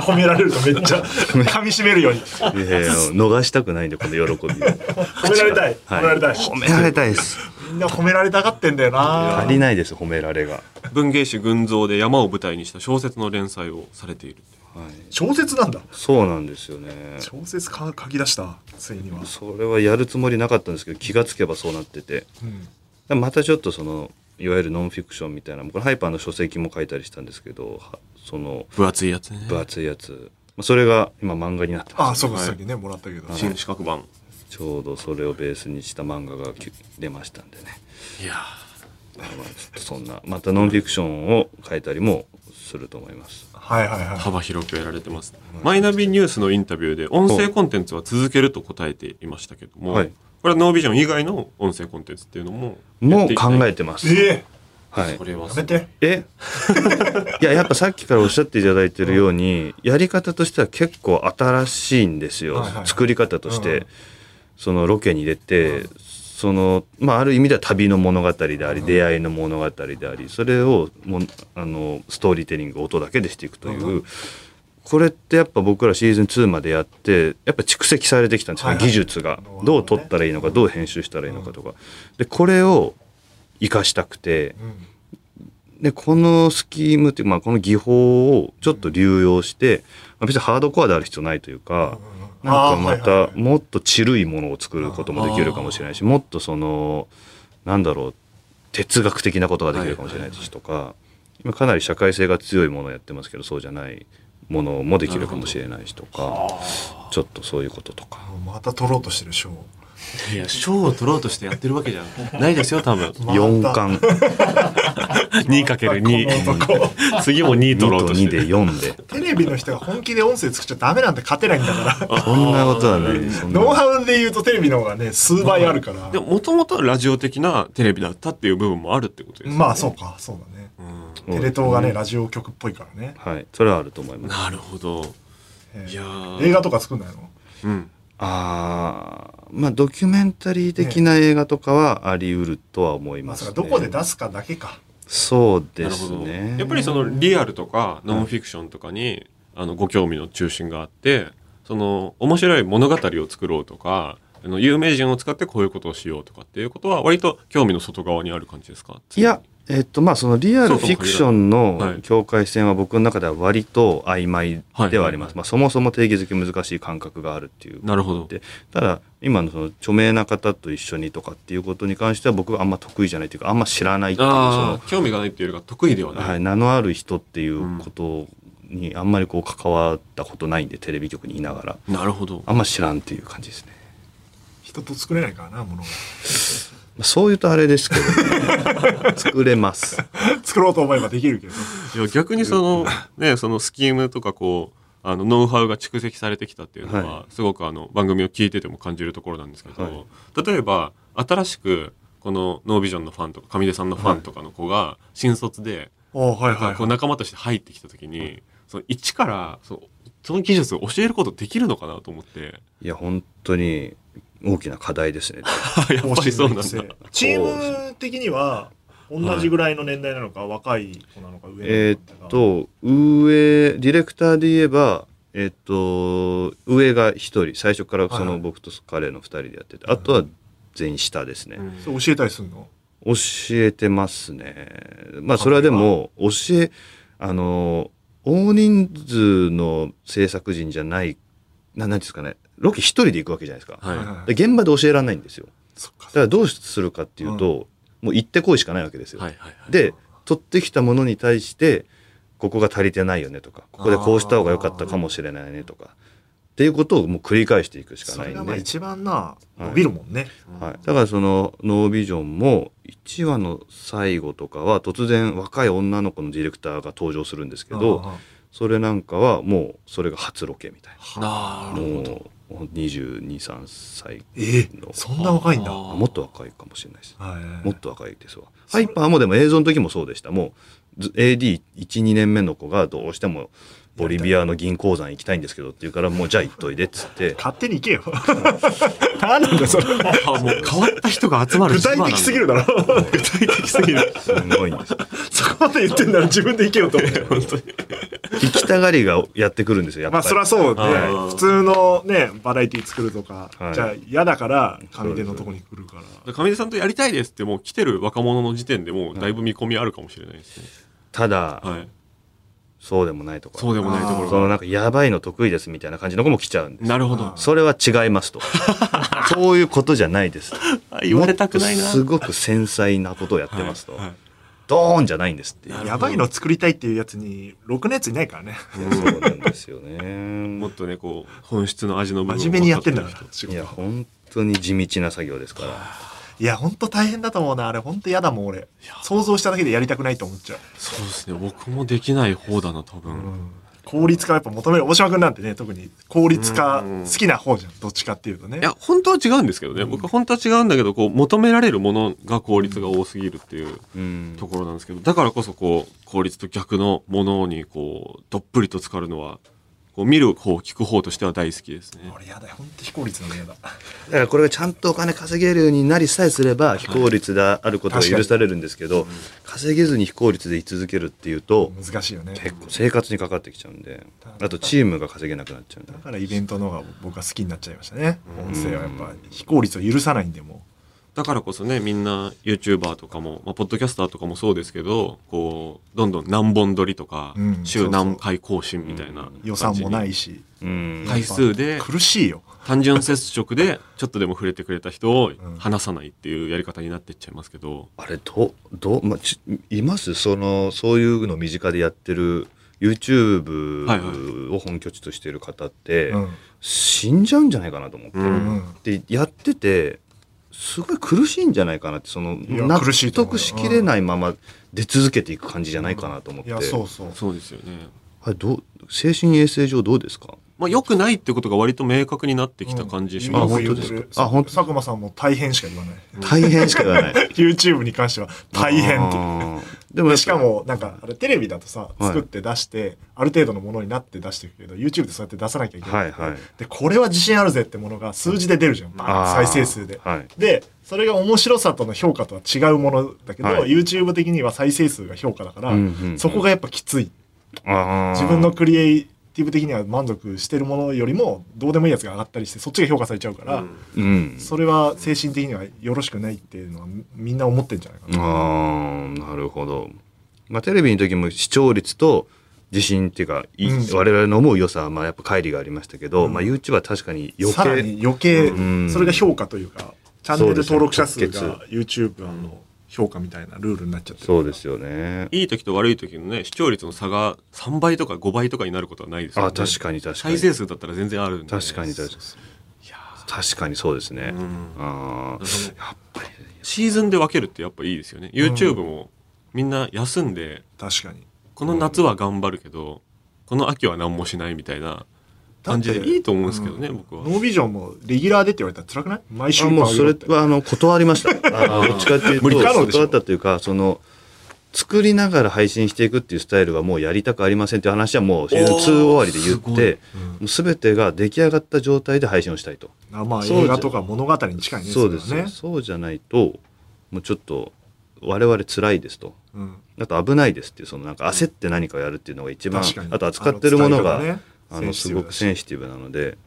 褒められるとめっちゃ 噛み締めるように褒
いやいや逃したくないんでこの喜びを。
められたい褒
は
められたい
褒められたいです。
みんな褒められたがってんだよな
足りないです褒められが。
文芸誌群像で山を舞台にした小説の連載をされている
はい、
小説なんだ
そうなんですよね。
小説か書き出したついには
それはやるつもりなかったんですけど気がつけばそうなってて
うん
またちょっとそのいわゆるノンフィクションみたいなこれハイパーの書籍も書いたりしたんですけどはその
分厚いやつね
分厚いやつ、まあそれが今漫画になってます
あそうかさっきねもらったけど
新四角版
ちょうどそれをベースにした漫画がき出ましたんでね、
いや
まあ、ちょっとそんなまたノンフィクションを書いたりもすると思います
はいはいはい
幅広くやられてます、マイナビニュースのインタビューで音声コンテンツは続けると答えていましたけども、
はい
これはノービジョン以外の音声コンテンツっていうのもやっ
も
て
う
いきたい
考えてます
え
はい
これは
えやめて
え いややっぱさっきからおっしゃっていただいてるように、やり方としては結構新しいんですよ、
はいはい
作り方として、
うん
そのロケに出て、そのまあある意味では旅の物語であり、出会いの物語でありそれをもうあのストーリーテリング音だけでしていくという、これってやっぱ僕らシーズン2までやってやっぱ蓄積されてきたんですよね、
はいはい
技術が
ほどね
どう撮ったらいいのかどう編集したらいいのかとか、でこれを活かしたくて。
うん
でこのスキームっていうか、まあ、この技法をちょっと流用して、まあ、別にハードコアである必要ないというか、
うん
な
あー
んかま
はいはい
たもっとちるいものを作ることもできるかもしれないしもっとそのなんだろう哲学的なことができるかもしれないしとか、今かなり社会性が強いものをやってますけどそうじゃないものもできるかもしれないしとかちょっとそういうこととか。
また取ろうとしてる賞
いや賞を取ろうとしてやってるわけじゃないですよ多 分
また
4巻
2×2
この男
次も2
2
取ろう
と
とし
2
て
で
る
4で
テレビの人が本気で音声作っちゃダメなんて勝てないんだ から
そんなことはないそ んな
ノウハウで言うとテレビの方がね数倍あるから
でももともとはラジオ的なテレビだったっていう部分もあるってことですよね
まあそうかそうだねテレ東がねラジオ局っぽいからね
はいそれはあると思います。
なるほど
えー
いやー
映画とか作んないの
うん
あーまあドキュメンタリー的な映画とかはあり得るとは思い
まあ
ま
そ
す、
う
ね
かどこで出すかだけか
そうで
なるほ
す
ど
ね
やっぱりそのリアルとかノンフィクションとかに、あのご興味の中心があってその面白い物語を作ろうとかあの有名人を使ってこういうことをしようとかっていうことは割と興味の外側にある感じですか
いやえっとまあそのリアル
そう
フ
とも限らない
ィクション
はい
の境界線は僕の中では割と曖昧ではあります、
はい
まあ、そもそも定義づけ難しい感覚があるっていう
なるほど
でただ今のその著名な方と一緒にとかっていうことに関しては僕はあんま得意じゃないというかあんま知らないっていうその
ああ興味がないっていうよりか得意ではない、
はい、名のある人っていうことにあんまりこう関わったことないんでテレビ局にいながら
なるほど
あんま知らんっていう感じですね、
人と作れないからなものが
まあ、そういうとあれですけど、ね、作れます
作ろうと思えばできるけど
いや逆にそのねそのスキームとかこうあのノウハウが蓄積されてきたっていうのは、
は
すごくあの番組を聞いてても感じるところなんですけど、
は
例えば新しくこのノービジョンのファンとか上出さんのファンとかの子が新卒で、
ああはいはい
こう
はい
仲間として入ってきた時に、その一からそうその技術を教えることできるのかなと思って。
いや本当に大きな課題ですね
やっぱりそうなんだ。
チーム的には同じぐらいの年代なのか、若い子なのか上
え
の子な
ー
の
っ
か
と上ディレクターで言えばえーっと上が一人最初からそ
はいは
の
い
僕と彼の二人でやっててあとは全員下ですね、
うん
そう教えたりするの
教えてますねまあそれはでも教えあの大人数の制作人じゃないななんていうんですかねロケ一人で行くわけじゃないですか、
はい。
は
で現場で教えられないんですよ
そっか
だからどうするかっていうと、もう行ってこいしかないわけですよ、
はいはいはい。
で取ってきたものに対してここが足りてないよねとかここでこうした方が良かったかもしれないねとかっていうことをもう繰り返していくしか
そ
ない
れ
んで
がまあ一番な伸びるもんね、
はい、だからそのノービジョンも1話の最後とかは突然若い女の子のディレクターが登場するんですけどそれなんかはもうそれが初ロケみたい
な
な
る
もう223歳
ええ
の
そんな若いんだ
あ
あもっと若いかもしれないです
はい
もっと若いですわハイパーもでも映像の時もそうでしたもう AD12 年目の子がどうしてもボリビアの銀鉱山行きたいんですけどって言うからもうじゃあ行っといでっつって
勝手に行けよ
何なんだそれ具
あもう変わった人が集まる
体的すぎるだろ
具体的すぎる
すごいんです
そこまで言ってんなら自分で行けよと思って
本当に
行きたがりがやってくるんですよやっぱ
まあ
り
そりゃそうね
はい
普通のねバラエティ作るとか、
はい
じゃあ嫌だから上手のとこに来るから
上出さんとやりたいですってもう来てる若者の時点でもうだいぶ見込みあるかもしれないですね、
ただ、
はい、
そうでもないとか
そうでもないところ
そ
が
のなんかやばいの得意ですみたいな感じの子も来ちゃうんです
なるほど
それは違いま すとそういうことじゃないです
あ言われたくないな
もっとすごく繊細なことをやってますと、
はいはい
ドーンじゃないんですっていう
やばいの作りたいっていうやつにろくなやついないからね
そうなんですよね
もっとねこう本質の味の部分を
真面目にやってんだから仕
いや
事
本当に地道な作業ですから
いやほんと大変だと思うなあれほんと嫌だもん俺想像しただけでやりたくないと思っちゃう
そうですね僕もできない方だな多分、
効率化やっぱ求める大島君なんてね特に効率化
うんうん
好きな方じゃんどっちかっていうとね
いや本当は違うんですけどね、僕は本当は違うんだけどこう求められるものが効率が多すぎるっていう
うん
ところなんですけどだからこそこう効率と逆のものにこうどっぷりと浸かるのはこう見る方聞く方としては大好きですね
俺やだよほんと非効率なの嫌だ
だからこれがちゃんとお金稼げるようになりさえすれば非効率であることが許されるんですけど、稼げずに非効率で居続けるっていうと、
難しいよね
結構生活にかかってきちゃうんであとチームが稼げなくなっちゃうんで
だからイベントの方が僕は好きになっちゃいましたね音声はやっぱ非効率を許さないんでもう
だからこそねみんな YouTuber とかも、まあ、ポッドキャスターとかもそうですけどこうどんどん何本撮りとか、
うん
週何回更新みたいな感じに
予算もないし
うん
回数で
苦しいよ
単純接触でちょっとでも触れてくれた人を離さないっていうやり方になっていっちゃいますけど、
あれどど、まあ、ちいますそのそういうの身近でやってる YouTube
はい
を本拠地としてる方って、
うん
死んじゃうんじゃないかなと思って、
うん
うん
でやっててすごい苦しいんじゃないかなってその
や
納
苦しいと思う
得しきれないまま出続けていく感じじゃないかなと思っ
い
て、
やそうそう
そうですよね。
あれどう精神衛生上どうですか
まあ、良くないってことが割と明確になってきた感じします、
うん
よく言ってる
あ本当ですかあ
佐久
本当
間さんも大変しか言わない
大変しか言わない
YouTube に関しては 大変って
あーでもやっぱ
しかもなんかあれテレビだとさ
い
作って出してある程度のものになって出していくけど YouTube でそうやって出さなきゃいけない
はいはい
でこれは自信あるぜってものが数字で出るじゃんバーン
あー
再生数で
はい
でそれが面白さとの評価とは違うものだけど
はい
YouTube 的には再生数が評価だから
うんうんうん
そこがやっぱきつい
あー
自分のクリエイティブ的には満足してるものよりもどうでもいいやつが上がったりしてそっちが評価されちゃうから
うん
それは精神的にはよろしくないっていうのはみんな思ってんじゃないかな
ああなるほど、まあ、テレビの時も視聴率と自信っていうか、い
うん
我々の思う良さはまあやっぱ乖離がありましたけど、
ん
まあ、YouTube は確かに余
さら
計
に余計
うん
それが評価というかチャンネル登録者数
そうですね
が YouTube の評価みたいなルールになっちゃってる
そうですよね
いい時と悪い時のね視聴率の差が3倍とか5倍とかになることはないですよね
あ確かに確かに
再生数だったら全然あるんで
確かに確かに確かにそうですね、あーやっぱり
シーズンで分けるってやっぱいいですよね YouTube もみんな休んで
確かに
この夏は頑張るけど、この秋は何もしないみたいな感じ
だっ
で
て
いいと思うんですけどね、僕は
ノービジョンもレギュラーでって言われたら辛くない毎週
あもうそれ
って
はあの断りました。あのどっちかっていう
無
と
理可能でしょ
断ったというかその作りながら配信していくっていうスタイルはもうやりたくありませんっていう話はもうシーズン2終わりで言って、もう全てが出来上がった状態で配信をしたいと。
あまあ
そうじゃ
映画とか物語に近いね
そうです
れは
ね。
ね
そうじゃないともうちょっと我々辛いですと。
うん
あと危ないですっていうそのなんか焦って何かをやるっていうのが一番
確かに
あと扱ってるもの
あの
が
伝え方ね
あのすごくセンシティブなので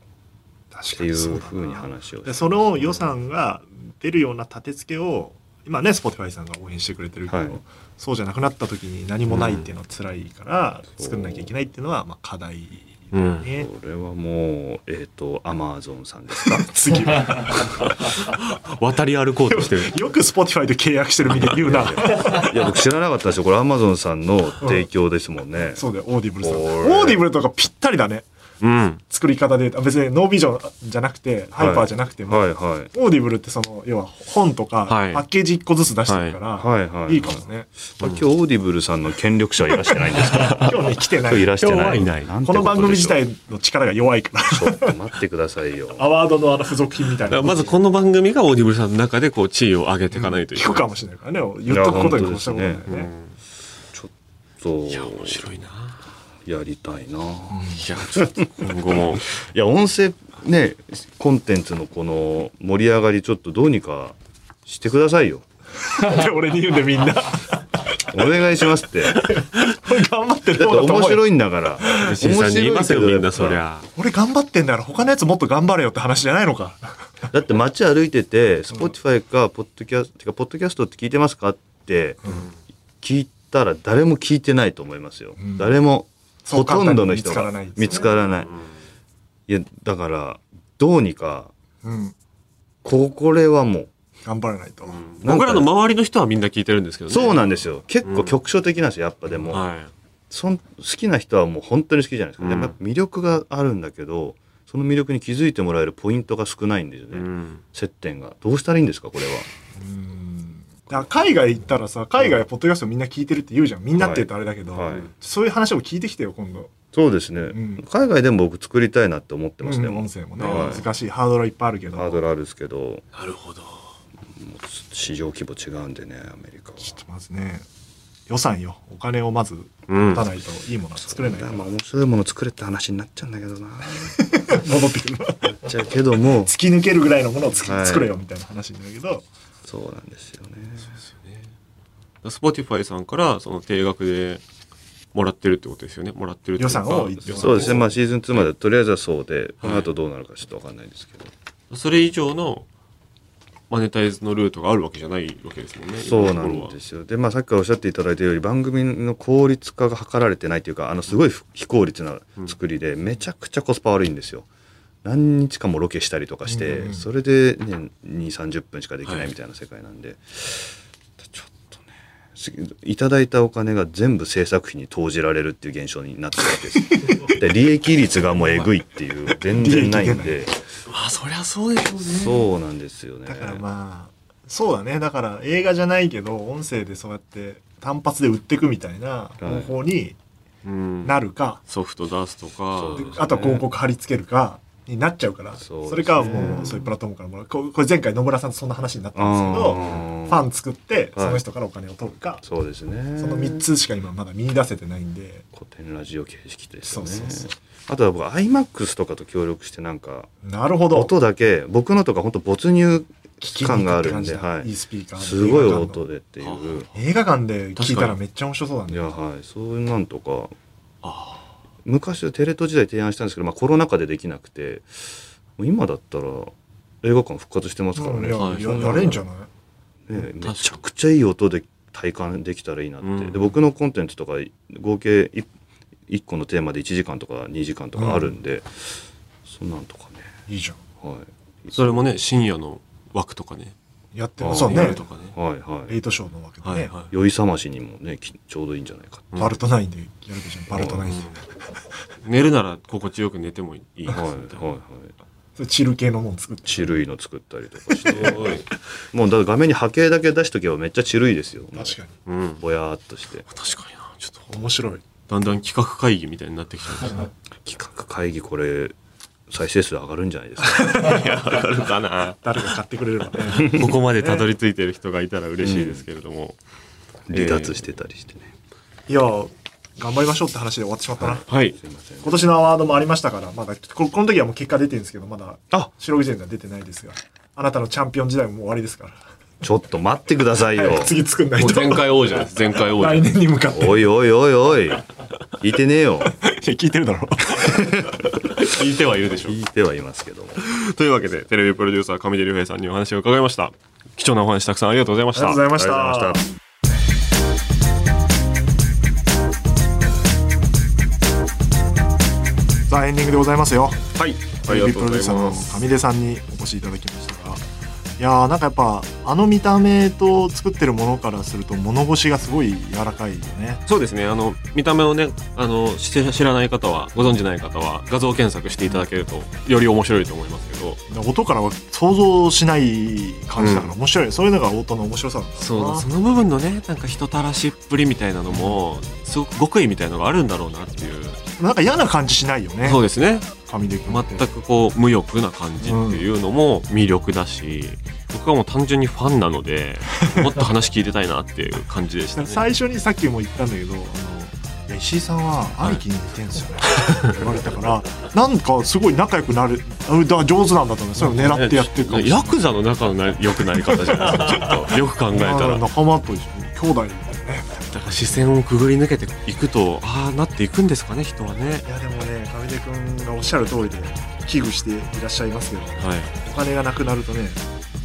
確
って
か
い
に
う
そうだな
ふうに話を
で
し
その予算が出るような立て付けを今ね Spotify さんが応援してくれてるけど、
はい
そうじゃなくなった時に何もないっていうのは辛いから、作んなきゃいけないっていうのはまあ課題
うん
ね、
これはもうえっ、とアマゾンさんですか
次は
渡り歩こうと してる
よく Spotify で契約してるみたいに言うな
いや僕知らなかったですよこれアマゾンさんの提供ですもん ね、
そうだよオーディブルさん
お
オ
ー
ーディブルとかぴったりだね
うん
作り方であ別にノービジョンじゃなくてハイパーじゃなくても、
はいはい
オーディブルってその要は本とかパ
はい
ッケージ1個ずつ出してるから、
はいはいはいはい
いかもね
まあ、今日オーディブルさんの権力者はいらしてないん ですか
今日ね来てな
今日いら
い
してない
今日はいない
ん
こ
てとでしょ
の
う
番組自体の力が弱いから
ちょっと待ってくださいよ
アワードのあの付属品みたい
だか
な
らまずこの番組がオーディブルさんの中でこう地位を上げていかないといけ
聞
ない、
くかもしれないからね言っとくことにこうしたことだよ
いや本当で
ね
ちょっと
面白いな
やりたいな、
いやちょっと今後も
いや音声ねコンテンツのこの盛り上がりちょっとどうにかしてくださいよ
って 俺に言うんでみんな
お願いしますってだって
頑張ってる方だと
面
思うよ
白いんだから
石井さんに言いますよ
面白いけど
みんなそりゃ
俺頑張ってんだから他のやつもっと頑張れよって話じゃないのか
だって街歩いてて Spotify かポッドキャストてかポッドキャストって聞いてますかって聞いたら誰も聞いてないと思いますよ、誰も
そ
ほ
う
とんどの人
簡
が
単に見
見
つ
つ
か
からないいやだからどうにか
うん
ここれはも
頑張らないと、
うなんか
僕らの周りの人はみんな聞いてるんですけどね
そうなんですよ結構局所的なんですよやっぱでも、
は
そん好きな人はもう本当に好きじゃないですか、で
うん
もやっぱ魅力があるんだけどその魅力に気づいてもらえるポイントが少ないんですよ
い、
ね、
うん、
接点がどうしたらいいんですかこれは
だから海外行ったらさ海外はポッドキャストみんな聞いてるって言うじゃんみんなって言うとあれだけど、
はいはい
そういう話を聞いてきてよ今度、
そうですね、
ん
海外でも僕作りたいなって思ってますね、
うん音声もね、
はい
難しいハードルはいっぱいあるけど
ハードルあるんですけど
なるほど
市場規模違うんでねアメリカは
ちょっとまずね予算よお金をまず
うん
持たないといいものは作れない、
まあ面白いもの作れって話になっちゃうんだけどな
戻ってくる
なっちゃうけども
突き抜けるぐらいのものをつき
はい
作れよみたいな話になるけど、
そうなんですよね
スポティファイさんからその定額でもらってるってことですよねもらってるっていうか
予算を言ってもら
そうですねまあシーズン2まではとりあえずはそうでこの後どうなるかちょっと分かんないですけど、
それ以上のマネタイズのルートがあるわけじゃないわけですもんね
そうなんですすよでまあさっきからおっしゃっていただいたように番組の効率化が図られてないというかあのすごいふ非効率な作りでめちゃくちゃコスパ悪いんですよ何日間もロケしたりとかして、それで、ね、2 3 0分しかできないみたいな世界なんで、ちょっとねすいただいたお金が全部制作費に投じられるっていう現象になってるわけ ですで利益率がもうえぐいっていう全然ないんで
まあそりゃそうでしょうね
そうなんですよね
だからまあそうだねだから映画じゃないけど音声でそうやって単発で売ってくみたいな方法に
うん
なるか、
ソフト出すとか
そうです
あとは広告貼り付けるかになっちゃうから
そ
そ,、
うですね
れかもうそういうプラットフォームからもらうここれ前回野村さんとそんな話になったんですけど
う
フ
ん
ァン作って
はい
その人からお金を取るか、
そうですね
その3つしか今まだ見出せてないんで
古典ラジオ形式ですよね
そうそうそう
あとは僕 iMAX とかと協力してなんか
なるほど
音だけ僕のとか本当没入
聞きに
感
行
があ
くって
るん
感じ
で、
だ
はい
いスピーカー
い、
の
すごい
映画館の
音でっていう
映画館で聞いたらめっちゃ面白そうだ
い
ね
やはいそういうなんとか昔はテレ東時代提案したんですけど、まあ、コロナ禍でできなくてもう今だったら映画館復活してますから
うん
ね,
いや
ね、
はい
ややれんじゃない
めちゃくちゃいい音で体感できたらいいなって、
うん
で僕のコンテンツとか合計 1, 個のテーマで1時間とか2時間とかあるんで、そんなんとかね
いいじゃん
はい
それもね深夜の枠とかね
やって
あ
る
ー
そうね
夜とかね
はいはい
レイトショーのわけでね、
はいは
酔い覚ましにもねきちょうどいいんじゃないか
バルトナインでやるべきじゃんバルトナイン
い
で
寝るなら心地よく寝てもいいですみ
はいはい
たいな
はい
それチル系のもん作って
チルいの作ったりとかして
すごい
もうだから画面に波形だけ出しとけばめっちゃチルいですよ
確か
に
に
うん
ぼやーっとして
確かになちょっと
面白い
だんだん企画会議みたいになってきちゃうんですね
企画会議これ再生数上がるんじゃないですか
いやわかるかな
誰か買ってくれればね
ここまでたどり着いてる人がいたら嬉しいですけれども、
離脱してたりしてね、
いや頑張りましょうって話で終わってしまったな、
はい
すいません
今年のアワードもありましたからまだここの時はもう結果出てるんですけどまだ
あ
白くじは出てないですがあなたのチャンピオン時代ももう終わりですから
ちょっと待ってくださいよ
早く次作んない
もう
と
前回王者です前回王 者
来年に向かって
おいおいおいおい聞いてねえよ
聞いてるだろう。
聞いてはいるでしょう
聞いてはいますけども
というわけでテレビプロデューサー上出隆平さんにお話を伺いました貴重なお話たくさんありがとうございまし
あり
た
がとうございました
ありがとうございました
さあエンディングでございますよ
はいあり
テレ
が
ビ
と
プ
うご
ロデ
ざい
ューサーの
ます
上出さんにお越しいただきましたがいやーなんかやっぱあの見た目と作ってるものからすると物腰がすごい柔らかいよね
そうですねあの見た目をねあのし知らない方はご存じない方は画像検索していただけるとより面白いと思いますけど
音からは想像しない感じだから面白い、そういうのが音の面白さなんだろ
そう
な
その部分のねなんか人たらしっぷりみたいなのもすごく極意みたいのがあるんだろうなっていう
なんか嫌な感じしないよね
そうですね
神出君って
全くこう無欲な感じっていうのも魅力だし、僕はもう単純にファンなの でもっと話聞いてたいなっていう感じでしたね
最初にさっきも言ったんだけどあのいや石井さんは兄貴に似てんすよね、って言われたからなんかすごい仲良くなるあだから上手なんだと思うそれを狙ってやってるかもしれない
ヤクザの中のな良くなり方じゃないですかちょっとよく考えたら
あ
だか
仲間と一緒に兄弟みたいなね
ら視線をくぐり抜けていくとああなっていくんですかね人はね
いやでもね上出君がおっしゃる通りで危惧していらっしゃいますけど
はい
お金がなくなるとね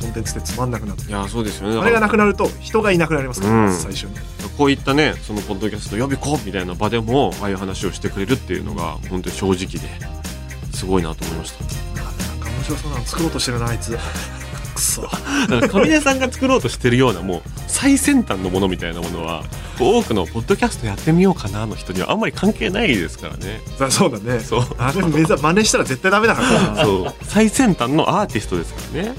コンテンツってつまんなくなって
いやそうですよね
お
だか
金
ら
がなくなると人がいなくなりますから、
うん
最初に
こういったねそのポッドキャスト呼びこうみたいな場でもああいう話をしてくれるっていうのが本当に正直ですごいなと思いました
なんか面白そうなの作ろうとしてるなあいつくそ
だから上出さんが作ろうとしてるようなもう最先端のものみたいなものは多くのポッドキャストやってみようかなの人にはあんまり関係ないですからね
だそうだね
そう
あれ目ざ真似したら絶対ダメだからな
そう最先端のアーティストですからね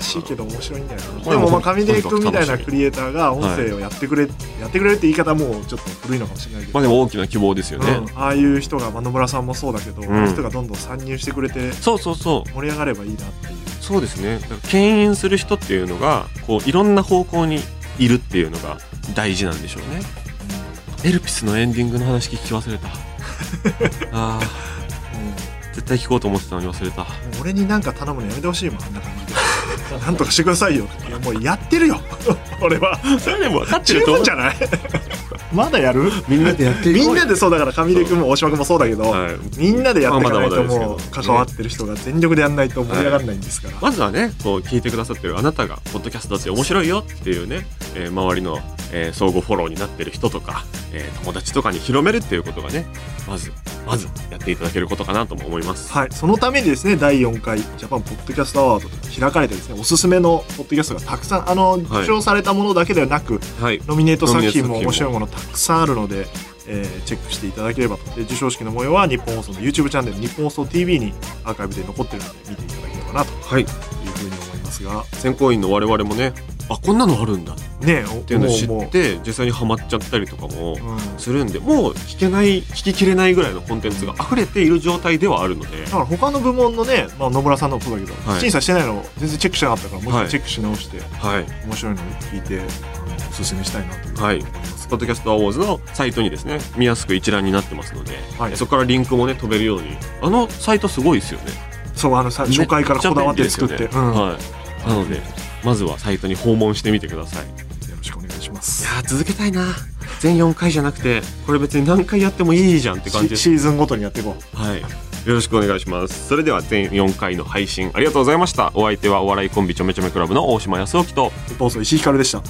悔しいけど面白いんだよ
これ
なで
も
もまあ上出
と
君
にか
み
く楽
た
しみ
いなクリエイターが音声をやってくれ、やってくれるって言い方もちょっと古いのかもしれないけど、
まあでも大きな希望ですよね、
うんああいう人がまあ野村さんもそうだけど、
ん
ああいう人がどんどん参入してくれて
そうそうそう
盛り上がればいいなっていう
そうですねだから牽引する人っていうのがこういろんな方向にいるっていうのが大事なんでしょうねエルピスのエンディングの話聞き忘れ たあー絶対聞こうと思ってたのに忘れた
もう俺になんか頼むのやめてほしいもんあんな感じで なんとかしてくださいよいやもうやってるよ俺は
それでも分かって
十
ると思
分
う
じゃないまだやる
みんなでやって
みんなでそうだから上出君も大島君もそうだけど、
はい
みんなでやっていかな
ま
いと
あまだまだ
もう
ですけど
関わってる人が全力でやんないと盛り上がらないんですから、
まずはね、こう聞いてくださってるあなたが、ポッドキャストだって面白いよっていうね、えー周りの、えー相互フォローになってる人とか、えー友達とかに広めるっていうことがね、まず、まずやっていただけることかなとも思います。
はい、そのためにですね第4回ジャパンポッドキャストアワードが開かれてですねおすすめのポッドキャストがたくさんあの受賞されたものだけではなく、
はい。
ノミネート作品
ノ
も
ミネート作品
面白い
も
ものたくさんあるので、えーチェックしていただければとで授賞式の模様は日本放送の YouTube チャンネル日本放送 TV にアーカイブで残ってるので見ていただければなと
はい。
いうふうに思いますが
選考委員の我々もね、あ、こんなのあるんだっ
ねえ
ていうのを知
もう
っ
も
て、実際にハマっちゃったりとかも
う、うんだ
するんで、もう聞けない、聞ききれないぐらいのコンテンツが溢れている状態ではあるので、
から他の部門のね、まあ、野村さんのもそうだけど、
はい
審査してないのを全然チェックしてなかったからもう一
は
回
い
チェックし直して、
はい。
面白いのを聞いてあのおすすめしたいなというふうに
はい
思います
ポッドキャストアウォーズのサイトにですね、見やすく一覧になってますので、
はい
そこからリンクもね、飛べるように。あのサイトすごいですよね。
そうあのさ初回からこだわって作って、
めちゃ便利です
う
よね
ん
はい。なので、まずはサイトに訪問してみてください。い
よろしくお願いします
やー、続けたいな。全4回じゃなくて、これ別に何回やってもいいじゃんって感じ
シ
です。
シーズンごとにやっていこう
はい。よろしくお願いします。それでは全4回の配信ありがとうございました。お相手はお笑いコンビちょめちょめクラブの大島康之と、
日本放送石井ひかるでした